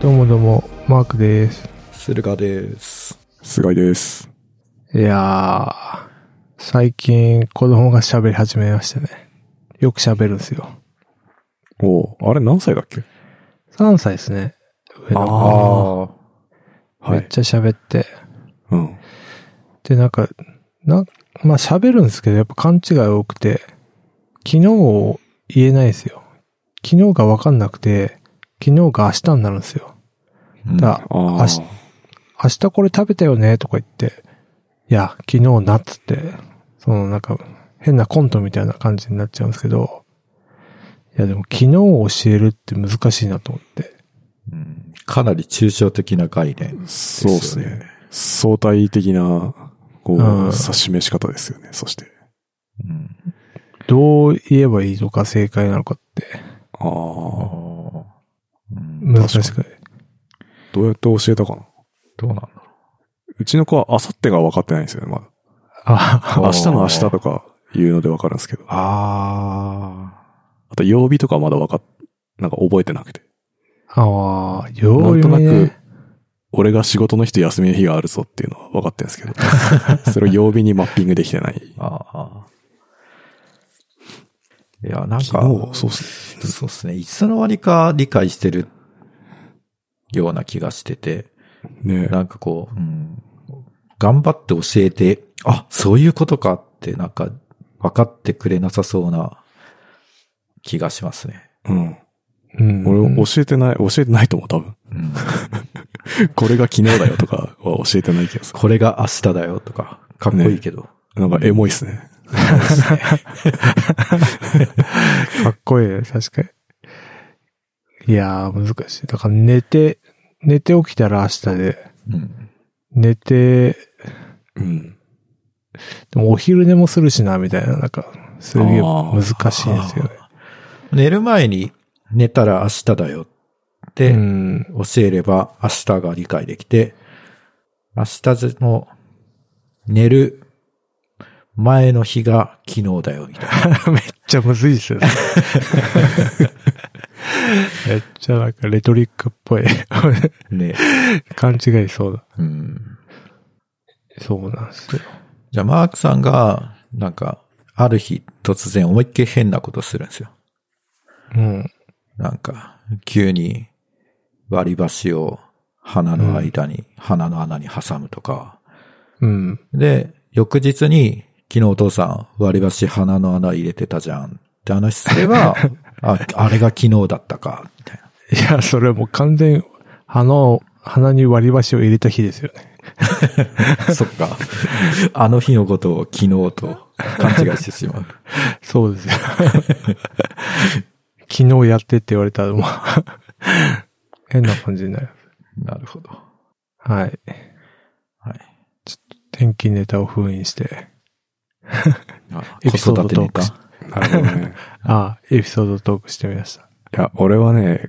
どうもどうも、マークです。駿河です。菅井です。いやー、最近子供が喋り始めましてね。よく喋るんですよ。おうあれ何歳だっけ3歳ですね。上の子。あー。はめっい。ちゃ喋って。うん。で、なんか、な、まあ喋るんですけど、やっぱ勘違い多くて、昨日を言えないんですよ。昨日がわかんなくて、昨日が明日になるんですよ。だからあ明あ。日明日これ食べたよねとか言って、いや、昨日なっつって、そのなんか変なコントみたいな感じになっちゃうんですけど、いやでも昨日を教えるって難しいなと思って。うんかなり抽象的な概念。そうですですよね。相対的な、こうう、ん差し示し方ですよね。そして。うんどう言えばいいのか正解なのかってああ。あーうん難しくない。どうやって教えたかなどうなんだろうちの子は明後日が分かってないんですよね、まだ。あ、う明日の明日とか言うので分かるんですけど。ああと曜日とかまだ分かっ、なんか覚えてなくて。ああ、なよんうとやなくね。、俺が仕事の日と休みの日があるぞっていうのは分かってるんですけ ど。それを曜日にマッピングできてない。ーあー。いや、なんか、昨日、そうっすそうですね。いつの間にか理解してるような気がしてて、ね。ねなんかこう、うん、頑張って教えて、あ、そういうことかって、なんか、分かってくれなさそうな気がしますね。うん。うん俺教えてない、教えてないと思う、多分。 うん、これが昨日だよとかは教えてない気がすこれが明日だよとか、かっこいいけど。る。なんかエモいっすね。かっこいいね、確かに。いやー、難しい。だから寝て、寝て起きたら明日で、うん。寝て、うん。でもお昼寝もするしな、みたいな、なんか、すげえ難しいんですよね。寝る前に寝たら明日だよってうん。教えれば明日が理解できて、明日の寝る前の日が昨日だよみたいな。めっちゃむずいですよね。めっちゃなんかレトリックっぽい。 ね。勘違いそうだ。うん。そうなんですよ。じゃあマークさんが、なんか、ある日突然思いっきり変なことするんですよ。うん。なんか、急に割り箸を鼻の間に、鼻の穴に挟むとか、うん。で、翌日に、昨日お父さん割り箸鼻の穴入れてたじゃんって話す れば、あ、あれが昨日だったか、みたいな。いや、それもう完全に鼻を、鼻に割り箸を入れた日ですよね。そっか。あの日のことを昨日と勘違いしてしまう。そうですよ。昨日やってって言われたらもう、変な感じになる。なるほど。はい。はい。天気ネタを封印して。あエピソード子育てネタトーなるほどね。ああ、エピソードトークしてみました。 いや、俺はね、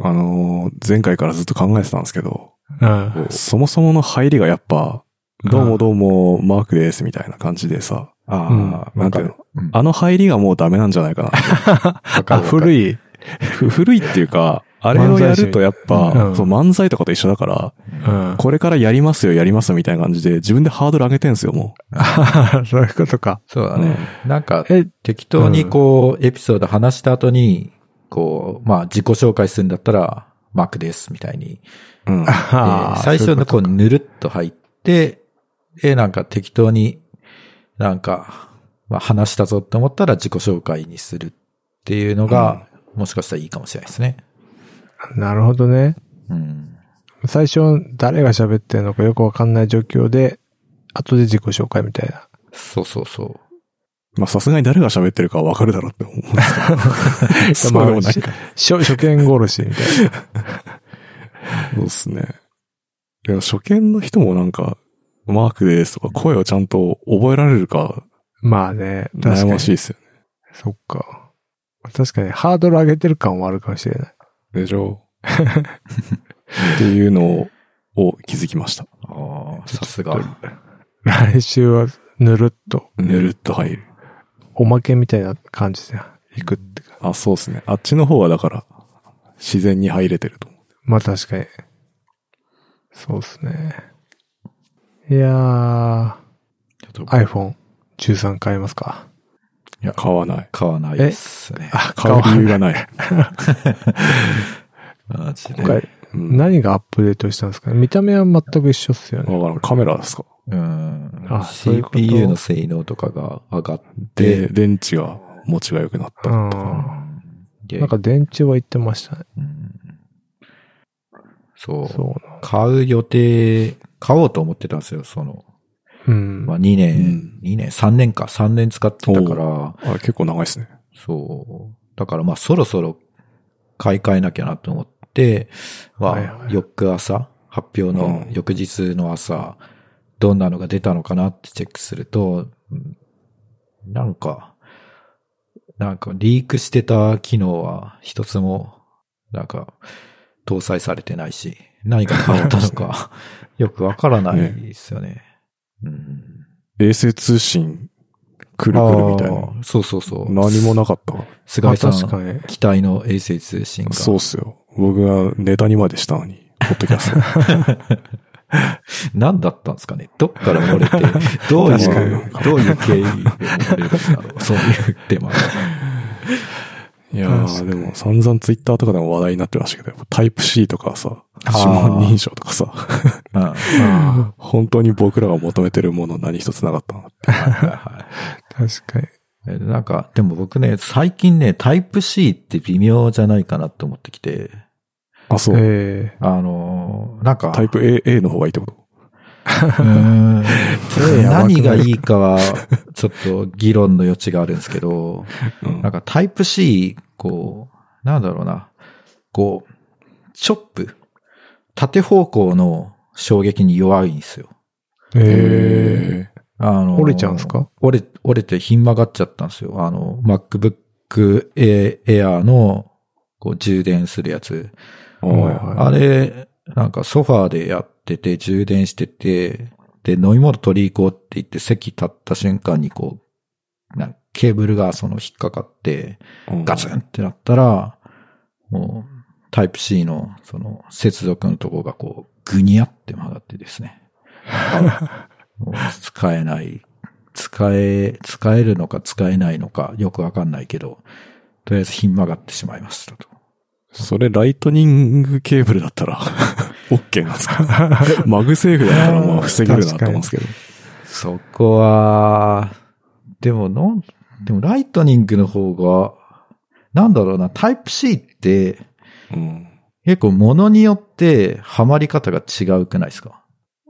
あのー前回からずっと考えてたんですけど、うん。そもそもの入りがやっぱ、どうもどうも、マークです、みたいな感じでさ、ああ、なわんてかいうるの。あの入りがもうダメなんじゃないかあ、古い。い。な。ふ 古いっていうか、あれをやるとやっうぱ、んそう漫才とかと一緒だから、うん。これ からやりますよ、やりますよみたいな感じで、自分でハードル上げてんすよ、もそういうことか。そうだう。うねん。なんか、え、適当にこう、エピソード話した後に、こう、まあ、自己紹介するんだったら、マークです、みたいに。うん。あえあー最初のそうこう、いうこぬるっと入って、え、なんか適当に、なんか、まあ、話したぞって思ったら自己紹介にするっていうのが、もしかしたらいいかもしれないですね。とかなるほどね。うん。最初、誰が喋ってるのかよくわかんない状況で、後で自己紹介みたいな。そうそうそう。まあ、さすがに誰が喋ってるかはわかるだろうって思うんですけ ど。そうでもないか。初、初見殺しみたいな。そうっすね。でも初見の人もなんか、マークですとか声をちゃんと覚えられるかまあね、確か悩に。ましいっすよそっか。確かに、ハードル上げてる感はあるかもしれない。ね。でしょっていうのを気づきました。ああ、さすが。来週は、ぬるっと、ぬるっと入る。おまけみたいな感じで行くってか。あ、そうっすね。あっちの方はだから、自然に入れてると思う。まあ確かに。そうですね。いやちょっとー、iPhone13 買いますか。いや、買わない。買わないですね。あ、買う理由がない。マジで今。回、うん。わ何がアップデートしたんですかね見た目は全く一緒っすよね。からん。カメラですかうん。あそういうこと CPU の性能とかが上がっで、て、電池が持ちが良くなっうた。ん。でなんか電池は言ってましたね。うんそう。そうな。買う予定、買おうと思ってたんですよ、その。うん。まあ2う年ん、 2年、3年か、3年使ってたから、あ結構長いですね。そう。だからまあそろそろ買い替えなきゃなと思って、まはいはあい翌朝、発表のうん翌日の朝、どんなのが出たのかなってチェックすると、うんなんか、なんかリークしてた機能は一つも、なんか、搭載されてないし、何が変わったのか、 よくわからないですよね。うん。衛星通信、くるくるみたいあな。ーそうそうそう。何もなかったか菅井さん、まあ確かに。機体の衛星通信が。ら。そうっすよ。僕がネタにまでしたのに、ポッドキャ スト。何だったんですかねどっから漏れて、 どう確かいうに、どういう経緯で漏れるんだろ うそういうテーマが。いやー、でも散々ツイッターとかでも話題になってましたけど、やっぱタイプ C とかさ、指紋認証とかさ、 うんはいあ本当に僕らが求めてるもの何一つなかったなって。はあ、確かに。いはい。なんか、でも僕ね、最近ね、タイプ C って微妙じゃないかなと思ってきて、あ、そう。ええあのーなんか、タイプ A, A の方がいいってことうーん やばくないですか何がいいかは、ちょっと議論の余地があるんですけど、うんなんかタイプ C、こう、なんだろうな、こう、チョップ、縦方向の衝撃に弱いんですよ。えええあのー折れちゃうんですか折れ、折れてひん曲がっちゃったんですよ。あの、MacBook Air- Air の、こう、充電するやつ。ーはいあはあれ、なんかソファーでやってて、充電してて、で、飲み物取り行こうって言って、席立った瞬間にこう、なんかケーブルがその引っかかって、ーうんガツンってなったら、もう、タイプ C の、その、接続のとこがこう、ぐにゃって曲がってです ね。もう使えない。使え、使えるのか使えないのか、よくわかんないけど、とりあえずひん曲がってしまいましたと。それライトニングケーブルだったら、OK なんですか マグセーフだったらまあ防げるなと思うんですけど。そこは、でもの、でもライトニングの方が、なんだろうな、タイプ C って、うん。結構物によってハマり方が違うくないですか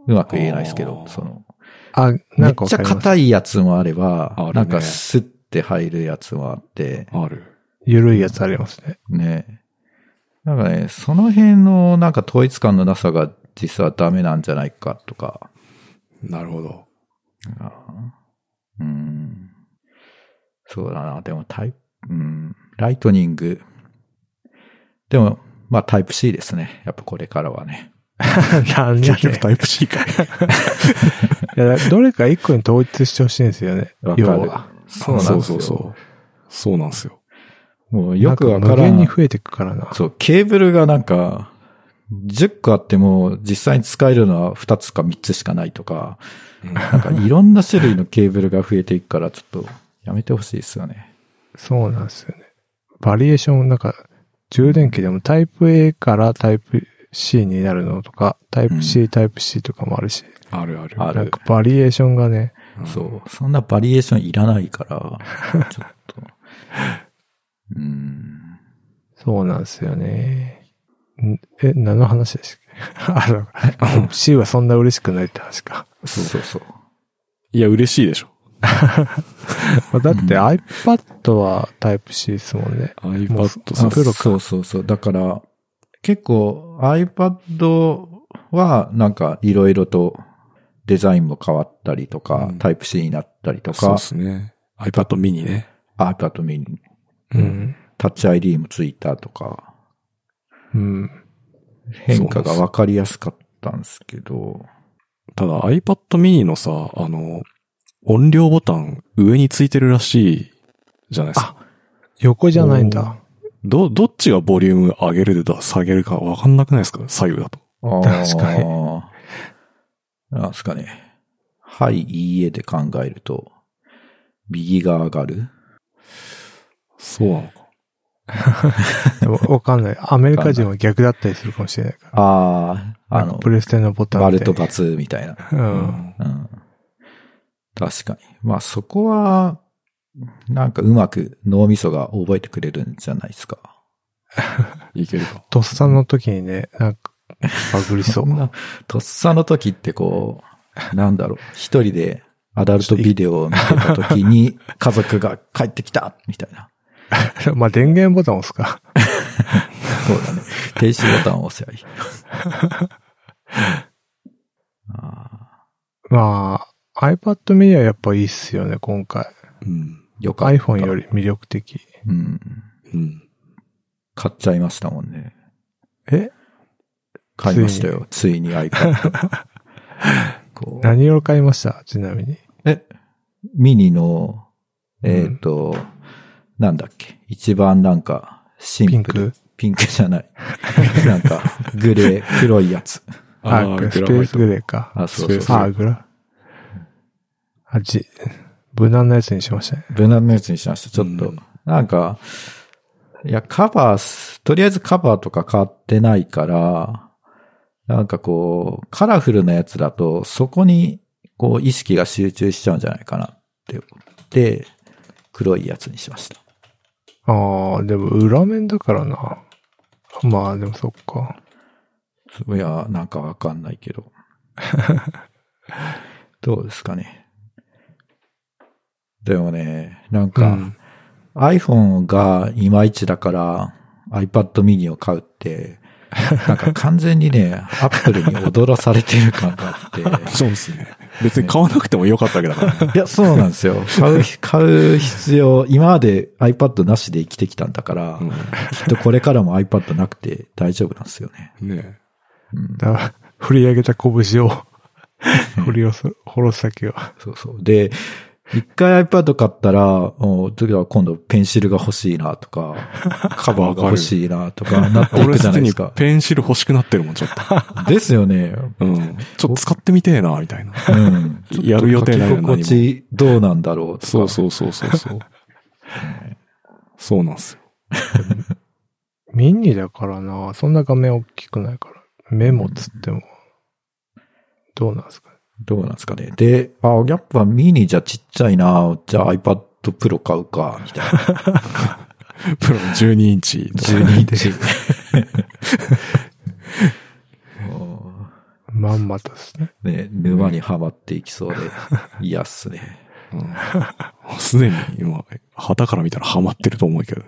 うまく言えないですけどあ、ーその、あ、めなっんかわちゃかります。硬いやつもあれば、あるねなんかスッて入るやつもあって、ある。ゆるいやつありますね。ね。なんかね、その辺のなんか統一感のなさが実はダメなんじゃないかとか。なるほど。うん。そうだな。でもタイプ、うん。ライトニング。でも、まあタイプ C ですね。やっぱこれからはね。なんや結ねん局タイプ C かい。いや、どれか一個に統一してほしいんですよねわ。要かるは。。そうなんそですよ。うそうそう。そうなんですよ。もうよくわなんか無ら限んに。増えていくからな。そう、ケーブルがなんか、10個あっても実際に使えるのは2つか3つしかないとか、なんかいろんな種類のケーブルが増えていくから、ちょっとやめてほしいですよね。そうなんですよね。バリエーション、なんか、充電器でもタイプ A からタイプ C になるのとか、タイプ C、タイプ C とかもあるし、あるある。あるなんかバリエーションがね、そう。そんなバリエーションいらないから、ちょっ と。うん。そうなんですよね。んえ、何の話でしたっけ あのあの、C はそんな嬉しくないって話か。そうそう。いや、嬉しいでしょ。まあだって iPad はタイプ C ですもんね。もう iPad そさう、プロかそうそうそう。だから、結構 iPad はなんかいろいろとデザインも変わったりとか、うんタイプ C になったりとそうかで、すね。iPad mini ね。 iPad mini、うん。タッチ ID もついたとか、うん。変化がわかりやすかったんですけど、ただ iPad mini のさ、あの、音量ボタン上についてるらしいじゃないですか。横じゃないんだ。ど、どっちがボリューム上げるだ、下げるか分かんなくないですか左右だと。あー確かに。なんすかね。はい、いいえで考えると、右が上がるそうなのか。でもわかんない。アメリカ人は逆だったりするかもしれないから。ああ、あなんのか、プレステのボタン丸とか。 ×みたいな。うん。うん。確かに。まあそこは、なんかうまく脳みそが覚えてくれるんじゃないですか。いけるか。とっさの時にね、なんか、バグりそそんう。な、とっさの時ってこう、なんだろう、一人でアダルトビデオを見てた時 に、家族が帰ってきたみたいな。 まあ、電源ボタン押すか。そうだね。停止ボタンを押せば いい。あまあ、iPad mini はやっぱいいっすよね、今回。うん。ーよかった。 iPhone より魅力的。うん。うん。買っちゃいましたもんね。え買いましたよ。ついに iPad。こう何を買いましたちなみに。え、ミニの、えっ、と、なんだっけ。一番なんか、シンプル。ピンクじゃない。 なんか、グレー、黒いやつ。あースペグラフーァイトスグレーか。あ、そうそスうペそう。あ、グラ。あ、じ、無難なやつにしましたね。無難なやつにしました。ちょっと、うんなんか、いや、カバーす、とりあえずカバーとか買ってないから、なんかこう、カラフルなやつだと、そこに、こう、意識が集中しちゃうんじゃないかなって思って、黒いやつにしました。ああ、でも裏面だからな。まあ、でもそっか。いや、なんかわかんないけど。 どうですかね。でもね、なんか、うん iPhone がいまいちだから iPad mini を買うって、なんか完全に ね、Apple に踊らされてる感が あっそうですね。別に買わなくてもよかったわけだからね。て。いや、そうなんですよ。買う、買う必要、今まで iPad なしで生きてきたんだから、きっとこれからも iPad なくて大丈夫なんですよね。うん ねうんだから、振り上げた 拳を、 振り下ろす、下ろす先は。そうそう。で、一回 iPad 買ったら、お次は今度ペンシルが欲しいなと か、カバーが欲しいなとかなっていく俺じゃすなでいでにすか。ペンシル欲しくなってるもん、ちょっと。ですよね。うん。ちょっと使ってみてえな、みたいな。うん。 やる予定ない書のに何きも心地どうなんだろうとか。そうそうそうそうそう。そうなんですよ。ミニだからな。そんな画面大きくないから。メモつっても。どうなんですかね。どうなんですかね。で、あ、やっぱミニじゃちっちゃいな。じゃあ iPad Pro 買うか、み たいな。プロの12インチとか。 12インチ。 もうまんまとですね。ね、沼にはまっていきそうで、嫌っすね。うんすでに今、旗から見たらハマってると思うけど。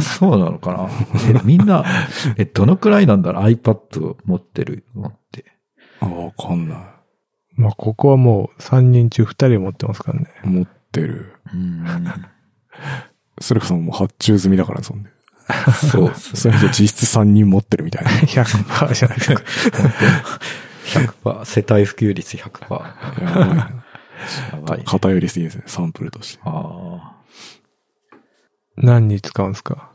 そうなのかなえみんな、え、どのくらいなんだろう ?iPad を持ってるのって。あ、わかんなまあ、ここはもう3人中2人持ってますからね。 い。持ってる。うーそれこそもう発注済みだから、そんで。ん。そうっすそね。れじゃ実質3人持ってるみたいな。 100%じゃないです か。 100%。世帯普及率100%。ややばいな。ばいね。偏りすぎですね、サンプルとして。ああ。何に使うんですか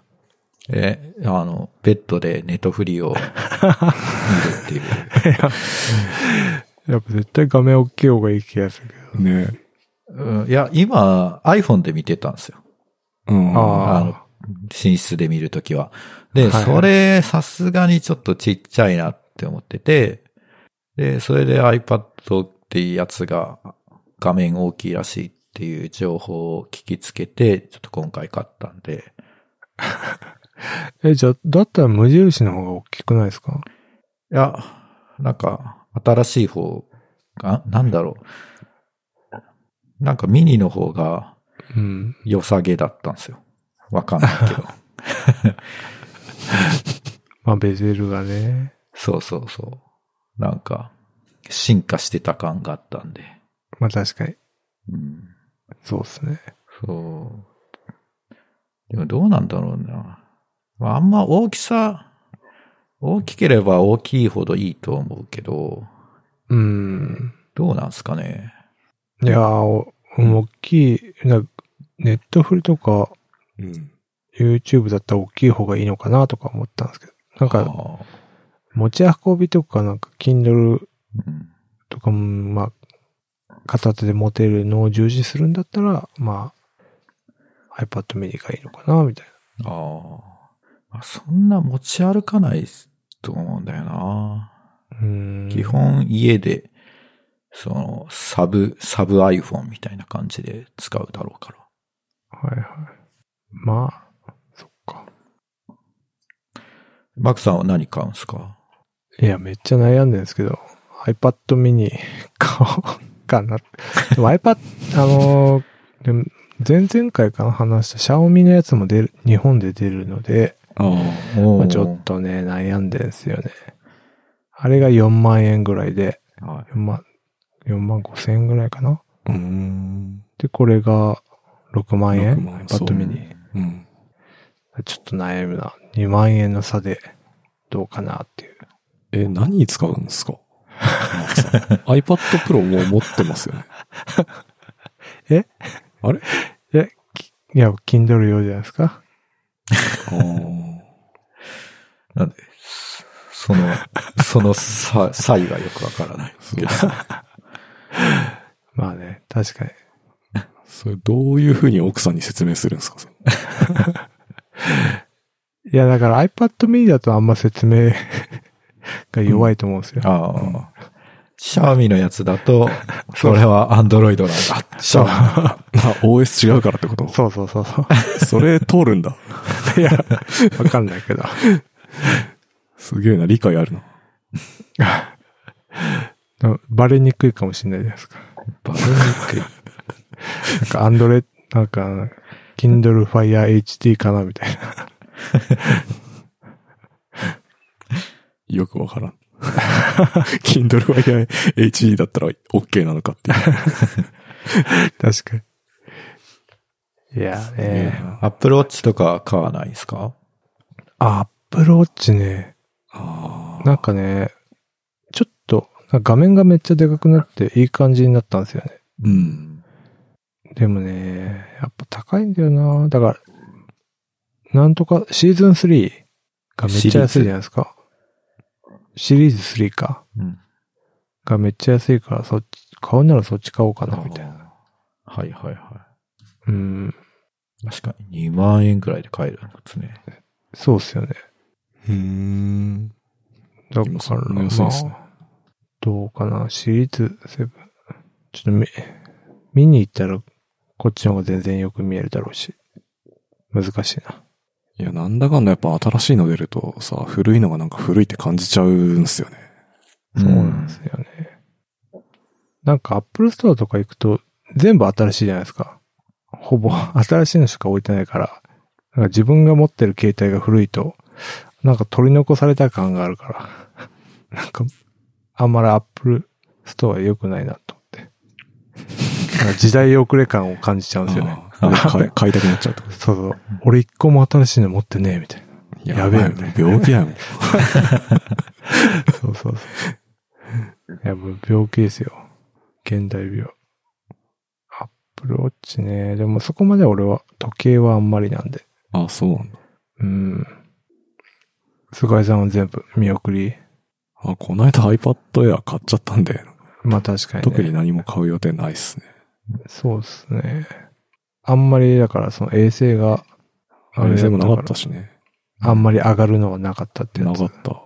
え、あの、ベッドでネットフリーを見るっていう。 やっぱ絶対画面大きい方がいい気がするけど。ね。うん、いや、今、iPhone で見てたんですよ。うん。あーあの、寝室で見るときは。で、はいはいそれ、さすがにちょっとちっちゃいなって思ってて、で、それで iPad っていうやつが画面大きいらしいっていう情報を聞きつけて、ちょっと今回買ったんで、え、じゃあ、だったら無印の方が大きくないですかいや、なんか、新しい方が、なんだろう。なんかミニの方がうん。良さげだったんですよ。わかんないけ ど。まあ、ベゼルがね。そうそうそう。なんか、進化してた感があったんで。まあ、確かに。うん。そうですね。そう。でもどうなんだろうな。まああんま大きさ、大きければ大きいほどいいと思うけど、うん。どうなんすかね。いやー、お大きい、なネットフリとか、うん。 YouTube だったら大きい方がいいのかなとか思ったんですけど。なんあか、ー持ち運びとかなんか Kindle うんとかも、まあ、片手で持てるのを重視するんだったら、まあ、iPad mini がいいのかな、みたいあーまあ。そんな持ち歩かないと思うんだよな。な。うーん。基。本家で、その、サブ、サブ iPhone みたいな感じで使うだろうから。はいはい。まあ、そっか。マクさんは何買うんすかいや、めっちゃ悩んでるんですけど、iPad mini 買おうかな。でも iPad、あのーでも前々回かな話した、シャオミのやつも出る、日本で出るので、ああ。おまあ、ちょっとね、悩んでるんですよね。あれが4万円ぐらいで、と。はい。 4万、4万5千円ぐらいかな。うーん。で、これが6万円6万円 ?iPad そう mini。うん。ちょっと悩むな。2万円の差でどうかなっていう。え、何に使うんですかマークさん ?iPad Pro もう持ってますよね。いや、Kindle 用じゃないですか。ああ。なんで、その、その差、差異がよくわからない。そうですねまあね、確かに。それどういうふうに奥さんに説明するんですかそれいや、だから iPad mini だとあんま説明 が弱いと思うんですよ。ああ、シャーミのやつだと、それはアンドロイドなんだ。シャーミなんだ。あ、OS 違うからってことそうそうそうそそれ通るんだ。う。いや、わかんないけど。 すげえな、理解あるな。でもバレにくいかもしれないじゃないですか。バレにくい。なんか、アンドレ、なんか、Kindle Fire HD かなみたいな。 よくわからん。Kindle Fire HD だったら OK なのかっていう。確かに。いやえね。アップローチとか買わないですかあ Apple Watch ね。あなんかね、ちょっと、なんか画面がめっちゃでかくなっていい感じになったんですよね。うん。でもね、やっぱ高いんだよなだから、なんとかシーズン3がめっちゃ安いじゃないですか。シリーズ3か。うん。がめっちゃ安いから、そっち、買うならそっち買おうかな、みたいな。な。はいはいはうん。い。確かに2万円くらいで買えるんですね。そうっすよね。ー。うーん。だ今かそら、んなま安いんすねあ、どうかな。シリーズ7。ちょっと見、見に行ったら、こっちの方が全然よく見えるだろうし。難しいな。いや、なんだかんだやっぱ新しいの出るとさ、古いのがなんか古いって感じちゃうんですよね。そうなんですよね。なんか、アップルストアとか行くと、全部新しいじゃないですか。ほぼ、 新しいのしか置いてないから、なんか自分が持ってる携帯が古いと、なんか取り残された感があるから、なんか、あんまりアップルストア良くないなと思って。なんか時代遅れ感を感じちゃうんですよね。あー買い買いたくなっちゃうってこそうそう。俺一個も新しいの持ってねえ、みたいな。と。やべえばいもん病気だよ。そうそうそう。いや、もう病気ですよ。現代病。アップルウォッチね。でもそこまで俺は、時計はあんまりなんで。 あ、そうなんだ。うん。菅井さんは全部見送り。あ、こないだ iPad Air 買っちゃったんで、まあ確かに、ね。特に何も買う予定ないっすね。そうですね。あんまり、だからその衛星が、あれでもなかあれだったしね。あんまり上がるのはなかったってやなつ。かった。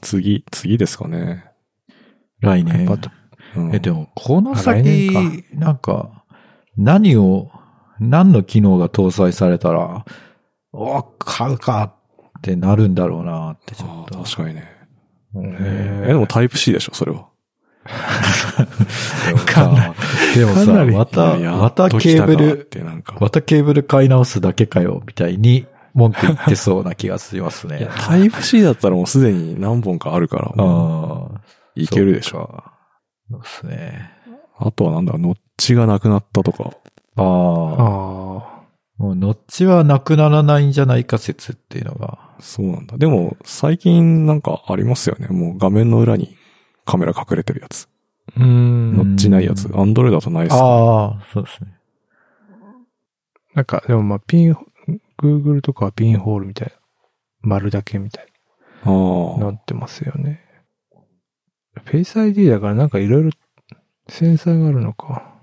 次、次ですかね。来年。 iPad うんえ、でも、このあ来先年、なんか、何を、何の機能が搭載されたら、お買うかってなるんだろうなって、ちょあっーと。確かにね。うんえ、でもタイプ C でしょ、それは。かなでもかなさ、りまた、いやまたケーブやっと来たかっル、てなんか。またケーブル買い直すだけかよ、みたいに文句言ってそうな気がします いねや。タイプ C だったらもうすでに何本かあるから、ああ。いけるでしょ。ょ。そうですね。あとはなんだ、ノッチがなくなったとか。ああ。あもう、ノッチはなくならないんじゃないか説っていうのが。そうなんだ。でも、最近なんかありますよね。もう画面の裏にカメラ隠れてるやつ。あ。うんノッチないやつう。んアンドロイドだとないっすねああ、そうですね。なんか、でもまあ、ピン、 Google とかはピンホールみたいな。丸だけみたいあになあ。ってますよね。Face ID だからなんかいろいろ繊細があるのか。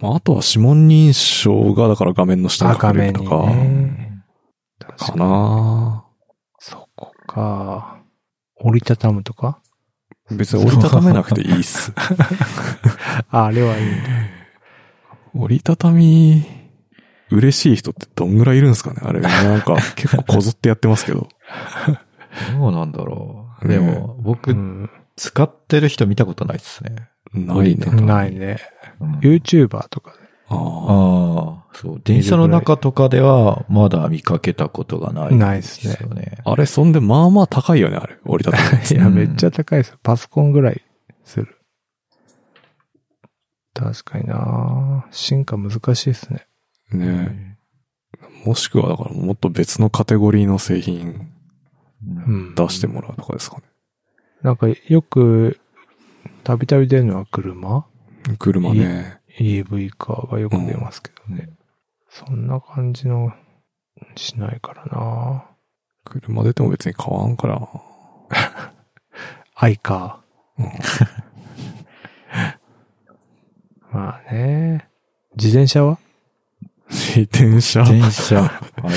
まあ、あとは指紋認証が、だから画面の下にあ隠れると画面か、にねかなそこか。折りたたむとか別に折りたためなくていいっす。 ああれはいいんだ。折りたたみ、嬉しい人ってどんぐらいいるんですかねあれ、なん か結構こぞってやってますけど。どうなんだろう。ねでも、う僕、ん。使ってる人見たことないですね。ないね。ないね。うん、 YouTuber とかで。ああ。ああ、そう。電車の中とかでは、まだ見かけたことがないないっすねですよね。あれ、そんで、まあまあ高いよね、あれ。折りたたみ。いや、めっちゃ高いですよ。パソコンぐらいする。確かにな進化難しいですね。 ねもしくは、だからもっと別のカテゴリーの製品うんうん。出してもらうとかですかね。なんかよく、たびたび出るのは車車ね。 ?EV カーがよく出ますけどね。そんな感じのしないからな車出ても別に変わんからな。アイカうー。 まあね。自転車は自転車。電車。あれ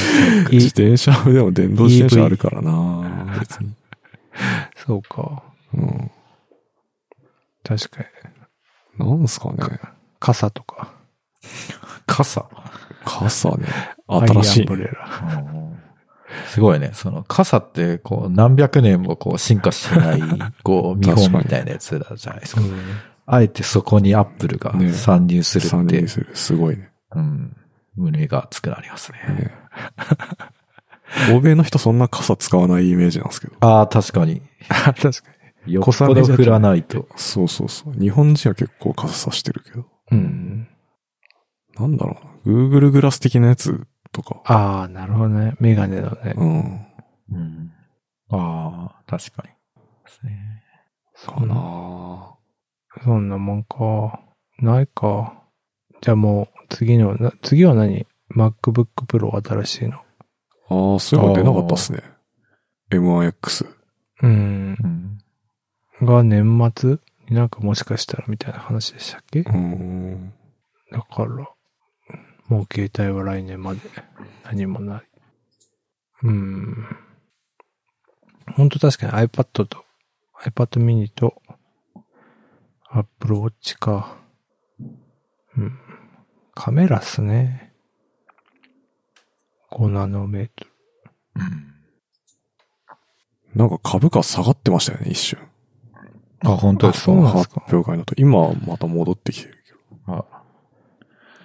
い自転車でも電動自転車あるからな。別に。そうか。うん。確かに。なんすかね。傘とか。傘。傘ね。新しいファイアンブね。レラ。すごいね。その傘って、こう、何百年もこう、進化してない、こう、見本みたいなやつだじゃないですか。あえてそこにアップルがね参入する参って、入する。すごいね。うん、胸が熱くなりますね。ね欧米の人そんな傘使わないイメージなんですけど。ああ、確かに。確かよっぽど振らないと。そうそうそう。日本人は結構傘さしてるけど。に。うん。なんだろうな。Google グラス的なやつとか。ああ、なるほどね。メガネのね。うん。うん、ああ、確かに。ですねかなそんなもんか。ないか。じゃあもう、次の、な次は何 ?MacBook Pro 新しいの。ああ、そういえば出なかったっすね。M1X。うん。うんが年末になんかもしかしたらみたいな話でしたっけうん。だから、もう携帯は来年まで何もない。うん。本当確かに iPad と iPad mini と Apple Watch か。うん。カメラっすね。5ナノメートル。なんか株価下がってましたよね、一瞬。あ、本当あですそかうなんですか発表会のと。今また戻ってきてるけど。あ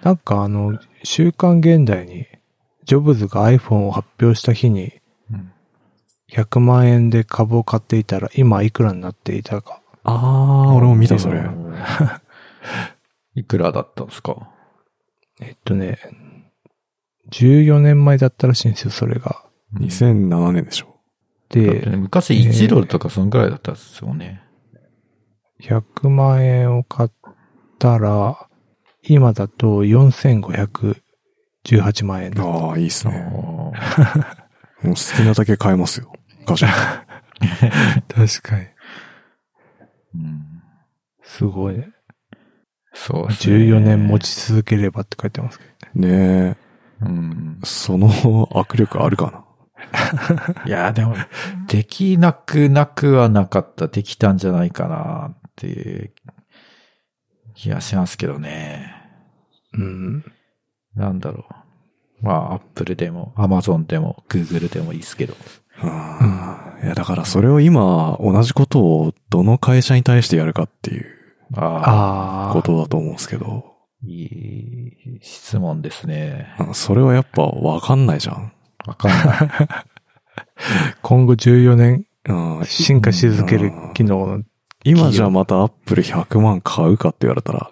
なんかあの、週刊現代に、ジョブズが iPhone を発表した日に、うん100万円で株を買っていたら、今いくらになっていたか。ああ、俺も見た、それ。。 いくらだったんですかえっとね、14年前だったらしいんですよ、それが。 2007年でしょ。だってねで、昔えー1ドルとかそんぐらいだったんですよね。 100万円を買ったら、今だと4518万円だ。ああ、いいっすあね。ーもう好きなだけ買えますよ。ガシャン。確かに。うんすごいね。そうですね14年持。ち続ければって書いてますけど。ねうんえ、その握力あるかいや、でも、できなくなくはなかった。できたんじゃないかなっていう気がしますけどね。うん。なんだろう。まあ、アップルでも、アマゾンでも、グーグルでもいいですけど。な。うん。いや、だからそれを今、同じことをどの会社に対してやるかっていうああ、ああ。ことだと思うんですけど、いい質問ですね。うんそれはやっぱわかんないじゃん。わかんない。今後14年うん、進化し続ける機能。今じゃまたアップル100万買うかって言われたら、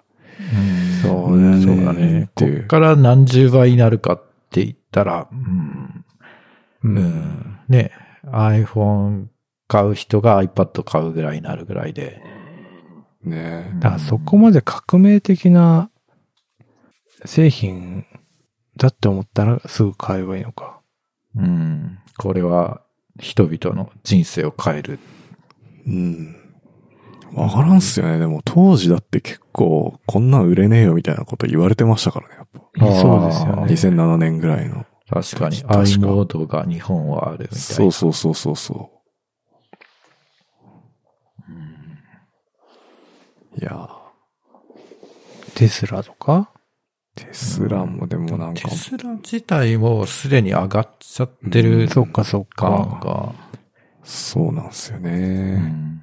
そうだねそうだねっ。てこいうっから何十倍になるかって言ったら、うん。うう。ん。ね、iPhone 買う人が iPad 買うぐらいになるぐらいで。ねだからそこまで革命的な製品だって思ったらすぐ買えばいいのか。うん。これは人々の人生を変える。うん。わからんっすよね。でも当時だって結構こんなん売れねえよみたいなこと言われてましたからね。やっぱあーそうですよね。 2007年ぐらいの。確かに、確か愛モードが日本はあるみたいな。そうそうそうそうそう。いやテスラとかー、テスラもでもなんかテ、スラ自体もすでに上がっちゃってるそっかそっ感か。が、そうなんですようね。ん。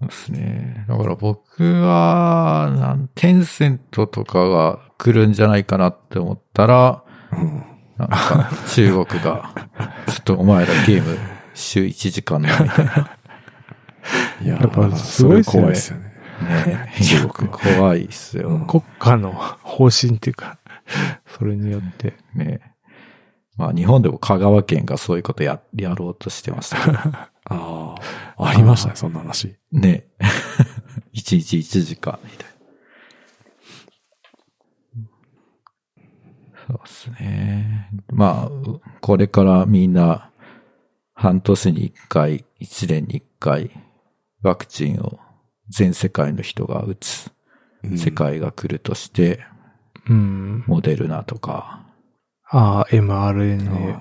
ですね。だから僕は、なんテンセントとかが来るんじゃないかなって思ったら、うん。なんか中国が、 ちょっとお前らゲーム週1時間だみたいいやーやっぱすごいっすそれよね怖いっすよね。なね。 中国怖いっすよ。国家の方針っていうか、 それによって。ねまあ日本でも香川県がそういうことや、やろうとしてましたけど。ああ、ありましたね、そんな話。ね 一日一時間みたいな。そうですね。まあ、これからみんな、半年に一回、一年に一回、ワクチンを全世界の人が打つうん世。界が来るとして、うん。モデルナとか、ああ、mRNA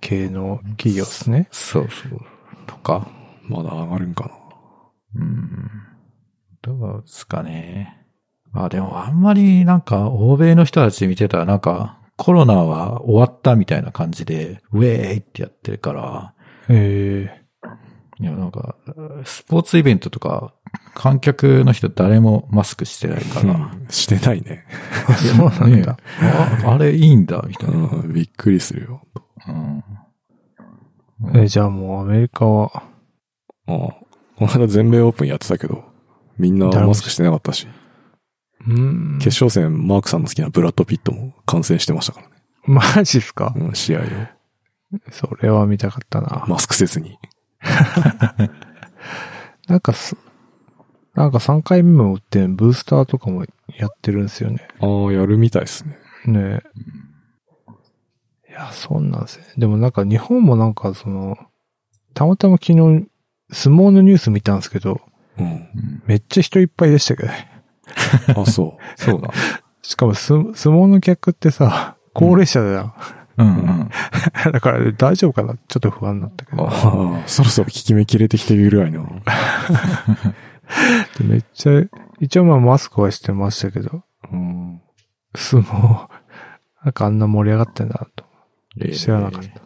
系の企業ですね。そうそう、とか、まだ上がるんかな。うんどうですかね。まあでもあんまりなんか欧米の人たち見てたらなんかコロナは終わったみたいな感じでウェーイってやってるから、ええいやなんかスポーツイベントとか観客の人誰もマスクしてないから、うん してないね。あ、そうなんだね。ああれいいんだみたいな。うん、びっくりするよ。うんえじゃあもうアメリカは、ああ。この間全米オープンやってたけど、みんなマスクしてなかったし、うん。決勝戦マークさんの好きなブラッド・ピットも観戦してましたからね。 マジっすかうん、試合を。それは見たかったな。マスクせずに。なんかす、なんか3回目も打ってんブースターとかもやってるんですよね。ああ、やるみたいですね。ねえ。いや、そうなんですね。でもなんか日本もなんかその、たまたま昨日、相撲のニュース見たんですけど、うん。うんめっちゃ人いっぱいでしたけどね。あ、そそうだ。しかもす相撲の客ってさ、高齢者だよ。 うんうん。。だから大丈夫かなちょっと不安になったけど。う。 ああ、そろそろ効き目切れてきてるぐらいの。でめっちゃ、一応まあマスクはしてましたけど、うん。相撲、なんかあんな盛り上がってんだと。 知らなかった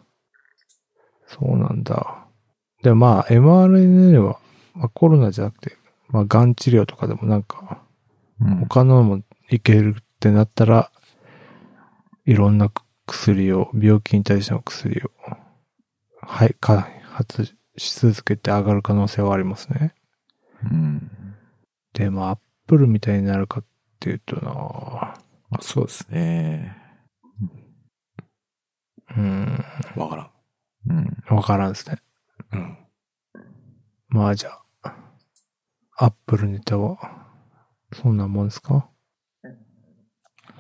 そうなんだ。で、まあ mRNA は、まあ、コロナじゃなくて、まあがん治療とかでもなんか、うん他のもいけるってなったら、いろんな薬を、病気に対しての薬を、はい、開発し続けて上がる可能性はありますね。うんでも、アップルみたいになるかっていうとなまあそうですね。うん、わからん。うんわからんですね。うん。まあじゃあ、アップルネタは、そんなもんですか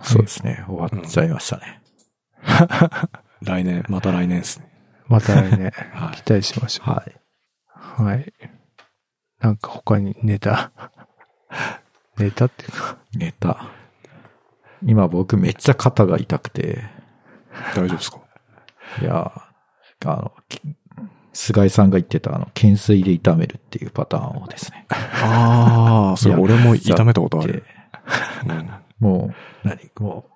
そうですね。終わっちゃいましたね。来年、また来年ですね。また来年、は期待しましょはい。う。はい。なんか他にネタ、 ネタっていうか、ネタ。今僕めっちゃ肩が痛くて、い。大丈夫ですかいや、あの、き菅井さんが言ってたあの、懸垂で痛めるっていうパターンをですね。ああ、 それ俺も痛めたことあるで。うんもう、何も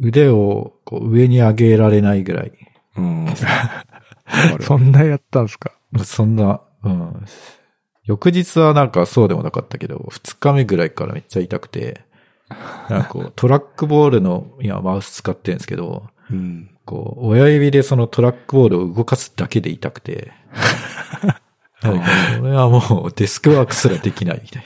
う、腕をこう上に上げられないぐらい。うん。わかるそんなやったんですかそんな、うん。翌日はなんかそうでもなかったけど、二日目ぐらいからめっちゃ痛くて、なんかこう、トラックボールの、今マウス使ってるんですけど、うん。こう、親指でそのトラックボールを動かすだけで痛くて、なんかそれはもうデスクワークすらできないみたい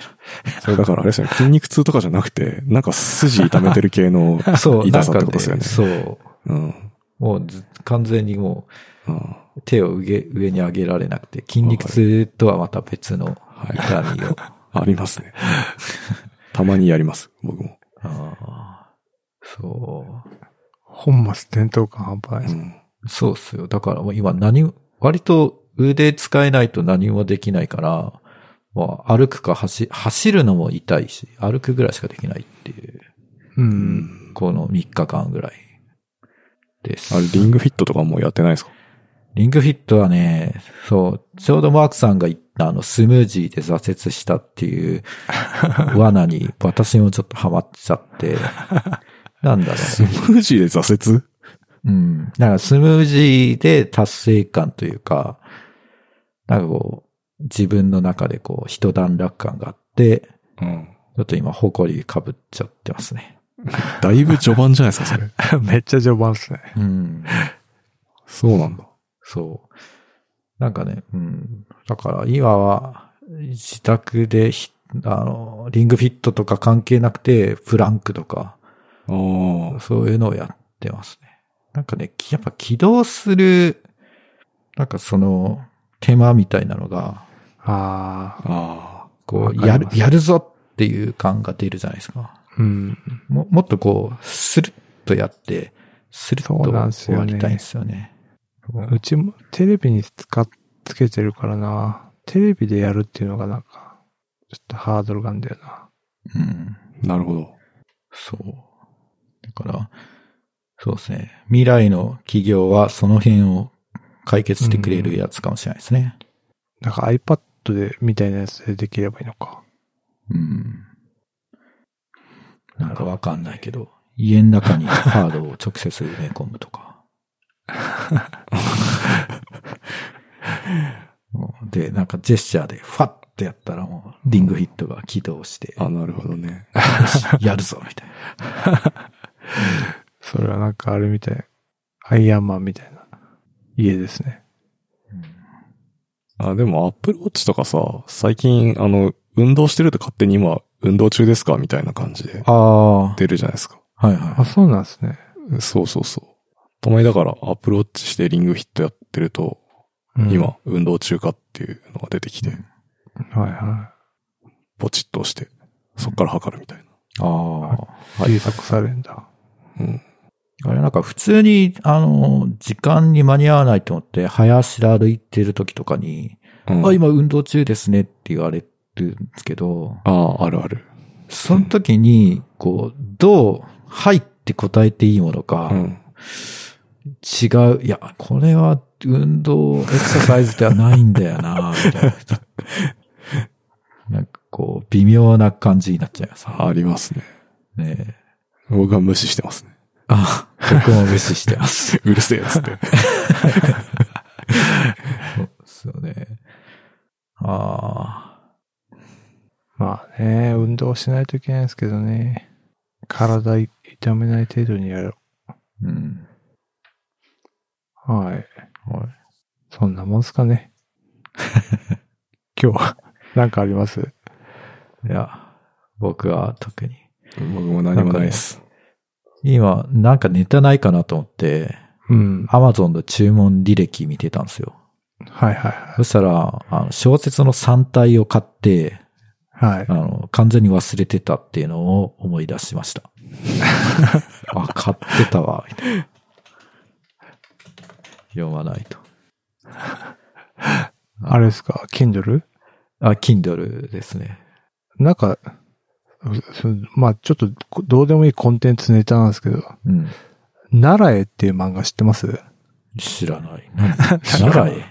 それだからあれですよね、筋肉痛とかじゃなくて、なんか筋痛めてる系 のな。そう、な痛んさってかことですよね、ね。そう。うん。もうず完全にもうん。う手を上げ上に上げられなくて、筋肉痛とはまた別のはい。痛みを。ありますね。たまにやります、僕も。あーそう。本末転倒感半う端ない。ん。そうっすよ。だからもう今何、割と腕使えないと何もできないから、まあ、歩くか走、走るのも痛いし、歩くぐらいしかできないっていう、う。うんん。この3日間ぐらいです。あれ、リングフィットとかもうやってないですかリングフィットはね、そう、ちょうどマークさんが言ったあの、スムージーで挫折したっていう 罠に、私もちょっとハマっち ゃって、なんだろスムージーで挫折う。うん。だからスムージーで達成感というか、なんかこう、自分の中でこう、一段落感があって、うん。ちょっと今、誇りかぶっちゃってますね。だいぶ序盤じゃないですか、それ。 めっちゃ序盤っすね。うん。 そうなんだ。そう。なんかね、うん。だから今は、自宅でひ、あの、リングフィットとか関係なくて、プランクとか、ああ。そういうのをやってますね。なんかね、きやっぱ起動する、なんかその、手間みたいなのが、ああ。あこわかりう、ますやる、やるぞっていう感が出るじゃないですか。うん。ももっとこう、スルッとやって、スルッとそうなんです終よわねりたいんですよね。うちもテレビに使っつけてるからな。テレビでやるっていうのがなんか、ちょっとハードルがあんだよな。うん。あ。なるほど。そう。だから、そうですね。未来の企業はその辺を解決してくれるやつかもしれないですね。なんか iPad で、みたいなやつでできればいいのか。うん。なんかわかんないけど、家の中にカードを直接埋め込むとか。 もうで、なんかジェスチャーでファッってやったらもうリングヒットが起動して、あ、なるほどね。やるぞみたいな。それはなんかあれみたい。アイアンマンみたいな家ですね。あ、でも Apple Watch とかさ、最近、あの、運動してると勝手に今、運動中ですかみたいな感じでああ、はい出るじゃないですか。はい。あ、そうなんですね。そうそうそう。たまにだから Apple Watch してリングフィットやってると、うん。今、運動中かっていうのが出てきて、はいはポチッと押して、そっから測るみたいな。ああ、い。はい検索されるんだ。うん。あれなんか普通に、あの、時間に間に合わないと思って、林で歩いてる時とかに、うんあ、今運動中ですねって言われるんですけど、ああ、あるある。その時に、こう、どう、はいって答えていいものか、うん。違う、いや、これは運動、エクササイズではないんだよな、みたいな。なんかこう、微妙な感じになっちゃいますありますね。ねえ。僕は無視してますね。あ、僕も無視してます。 うるせえっつって。そうですよね。ああ。まあね、運動しないといけないですけどね。体痛めない程度にやろうん。う。はい。はい。そんなもんすかね。 今日は、なんかありますいや、僕は特に。僕も何もないです。今、なんかネタないかなと思って、うん。アマゾンの注文履歴見てたんですよ。はいはそしたら、あの小説の3体を買って、いはい。はいあ。の、完全に忘れてたっていうのを思い出しました。 あ、買ってたわ、みたいな。読まないと。あれですか ?Kindle? あ、Kindle ですね。なんか、そまあちょっとこどうでもいいコンテンツネタなんですけど、うん。奈良絵っていう漫画知ってます知らない。何奈良へ。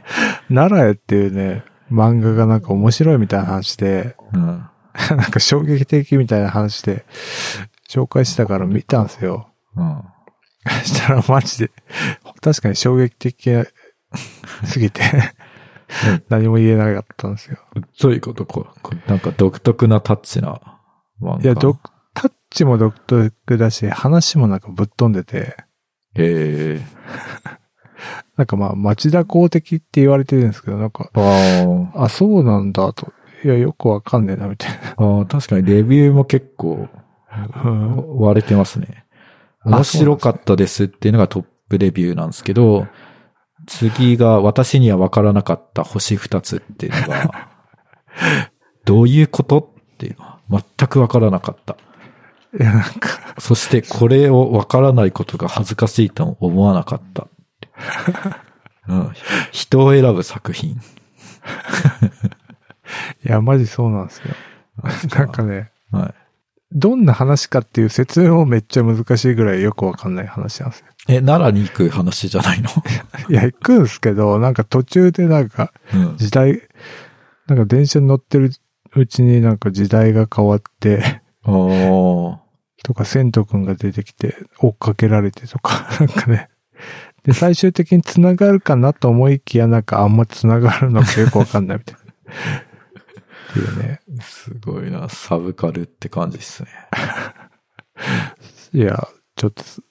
奈良絵っていうね、漫画がなんか面白いみたいな話で、うん。 なんか衝撃的みたいな話で、紹介したから見たんですよ。 うん。したらマジで、確かに衝撃的 すぎて、何も言えなかったんですよ。どういうことこうこうなんか独特なタッチな漫画。いや、ど、タッチも独特だし、話もなんかぶっ飛んでて、へえ。なんかまあ町田公的って言われてるんですけど、なんか、あーあ、そうなんだと。いや、よくわかんねえな、みたいあー、確かにレビューも結構な。うん割れてますね。あ面白かったですっていうのがトップレビューなんですけど、次が私には分からなかった星二つっていうのが、どういうことっていうのは全く分からなかった。 いや、なんか、そしてこれをわからないことが恥ずかしいとも思わなかった。うん、人を選ぶ作品。いや、マジそうなんですよ。なんかね、はどんな話かっていう説明もめっちゃ難しいぐらいよくわかんない話なんですよ。い。え、奈良に行く話じゃないの、いや、行くんですけど、なんか途中でなんかうん、時代、なんか電車に乗ってるうちになんか時代が変わって、 おーとか、仙斗くんが出てきて追っかけられてとか、 なんかね。で、最終的に繋がるかなと思いきや、なんかあんま繋がるのかよくわかんないみたいな。っていうね。すごいな。サブカルって感じですね。 いや、ちょっとす、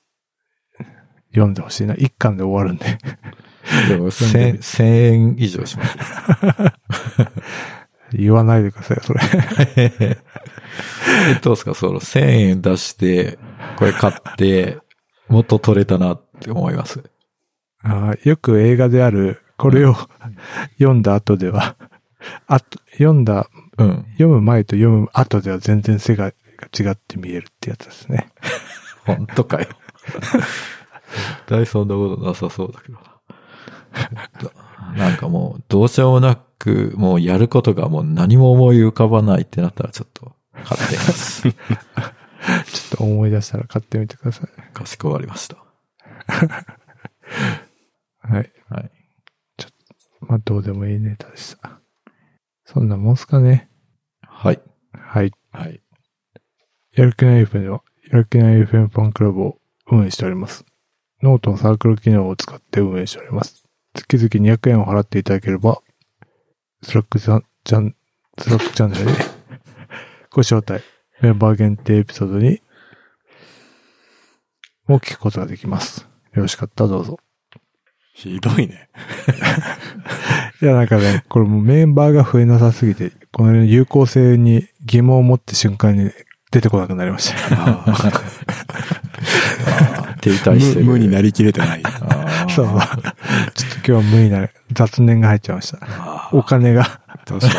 読んでほしいな。一巻で終わるんで。 でも、んで千、千円以上し ます。言わないでください、それ。えどうですかその1000円出して、これ買 って、もっと取れたなって思います。あーよく映画である、これを読んだ後では、あと、読んだ、うん。読む前と読む後では全然世界が違って見えるってやつですね。本当 かよ。絶対そんなことなさそうだけどな。なんかもう、どうしようもなく、もうやることがもう何も思い浮かばないってなったらちょっと買ってみ ます。ちょっと思い出したら買ってみてください。かしこまりました。はい。はい。まあ、どうでもいいネタでした。そんなもんすかね。はい。はい。はい。やる気ない FM では、やる気ない FM ファンクラブを運営しております。ノートのサークル機能を使って運営しております。月々200円を払っていただければ、スラックチャン、チャンスラックチャンネルに ご招待、メンバー限定エピソードに、も聞くことができます。よろしかったらどうぞ。ひどいね。いや、なんかね、これもうメンバーが増えなさすぎて、この有効性に疑問を持って瞬間に出てこなくなりました。あー停滞して無る。無になりきれて ない。あー そう。ちょっと今日は無理な雑念が入っちゃいました。あーお金が、確かに。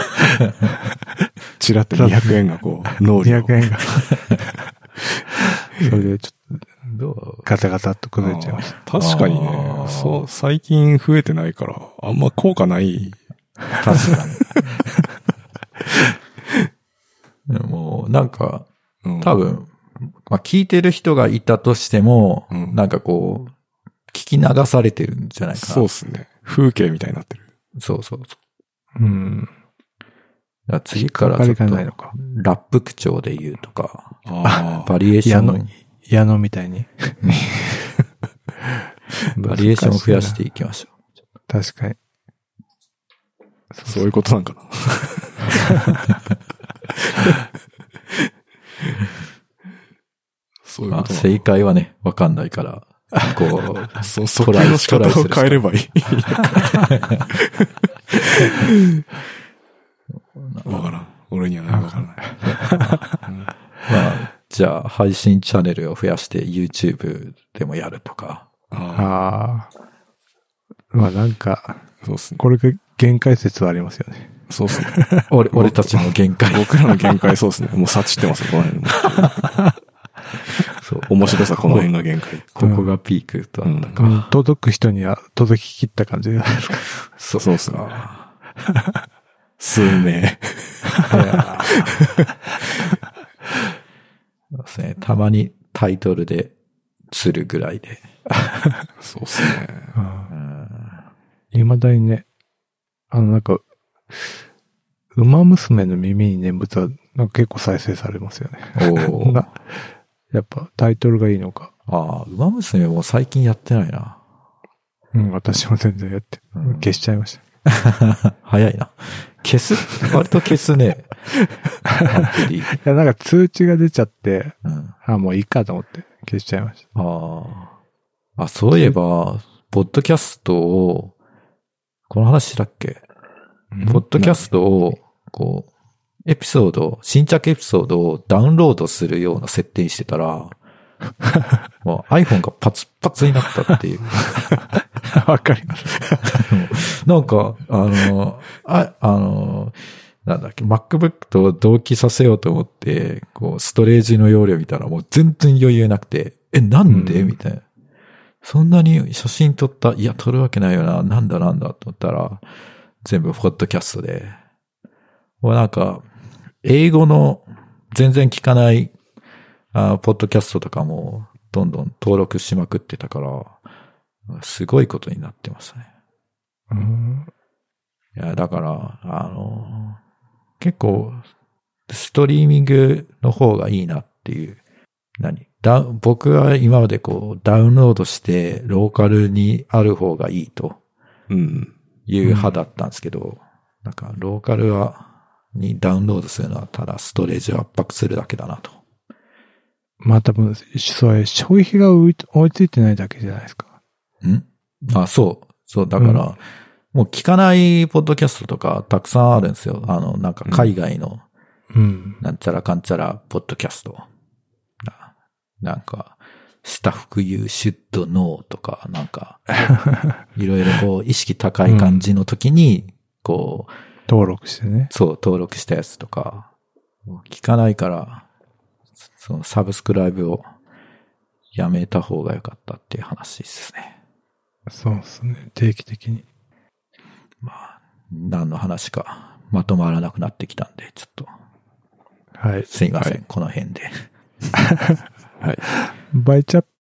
ちらっと200円がこう、脳裏を200円が。それでちょっどうとガタガタっと崩れちゃいました。あー確かにあねー、そう、最近増えてないから、あんま効果ない。確かに。もう、なんか、うん多。分、まあ、聞いてる人がいたとしても、うんなんかこう、聞き流されてるんじゃないかな。そうっすね。風景みたいになってる。そうそうそう。だかうん。ら次からあちょれっと、がなラいのか。ップ口調で言うとか、あバリエーションいや矢を、野みたいに。 バリエーションを増やしていきましょ確かに。あ、そういうこと なんかな。そうう。いうまこあ、となの正解はね、わかんないから、こう、そう、そトこライの仕トライす方をるしか変えれば いい。わからん。俺にはわからない。まあ、じゃあ、配信チャンネルを増やして YouTube でもやるとか。あああ。まあなんか、あ、そうっすね。これが限界説はありますよね。そうっすね。俺、俺たちの限界。僕らの限界そうっすね。もう察知ってますね、この辺の。 そう。面白さ、この辺が限界。ここがピークとあったか。うん届く人には届ききった感じ が。そそうっすね。数名。そうですね。たまにタイトルで、するぐらいで。そうっすね。いまだにね、あのなんか、ウマ娘の耳に念仏はなんか結構再生されますよね。おーなやっぱタイトルがいいのか。ああ、馬娘も最近やってない な。うん、私も全然やって、うん消しちゃいました。早いな。消す割と消す ね。アプリ。いや、なんか通知が出ちゃって、うん、あ、もういいかと思って消しちゃいましああ。あ、そういえば、ポッドキャストを、この話したっけた。ポッドキャストを、こう、エピソード、新着エピソードをダウンロードするような設定にしてたら、もう iPhone がパツッパツになったっていう。 わかります。 なんか、あの、あ、あの、なんだっけ、MacBook と同期させようと思って、こう、ストレージの容量見たらもう全然余裕なくて、え、なんでうんみたいな。そんなに写真撮ったいや、撮るわけないよな。なんだなんだと思ったら、全部ポッドキャストで。もうなんか、英語の全然聞かない、あポッドキャストとかも、どんどん登録しまくってたから、すごいことになってますね。うん。いや、だから、あの、結構、ストリーミングの方がいいなっていう。何ダウン僕は今までこう、ダウンロードして、ローカルにある方がいいとうん。いう派だったんですけど、なんか、ローカルは、にダウンロードするのは、ただストレージを圧迫するだけだなと。まあ多分、それ、消費が追い追いついてないだけじゃないですか。んあ、そう。そう、だから、もう聞かないポッドキャストとかたくさんあるんですよ。あの、なんか海外の、うん。なんちゃらかんちゃら、ポッドキャスト。ななんか、スタッフ you should know とか、なんか、いろいろこう、意識高い感じの時に、こう、登録してね。そう、登録したやつとか、もう聞かないから、そのサブスクライブをやめた方が良かったっていう話ですね。そうですね。定期的に。まあ、何の話かまとまらなくなってきたんで、ちょっと、はい。すいません、はいこの辺で。はい。バイチャッ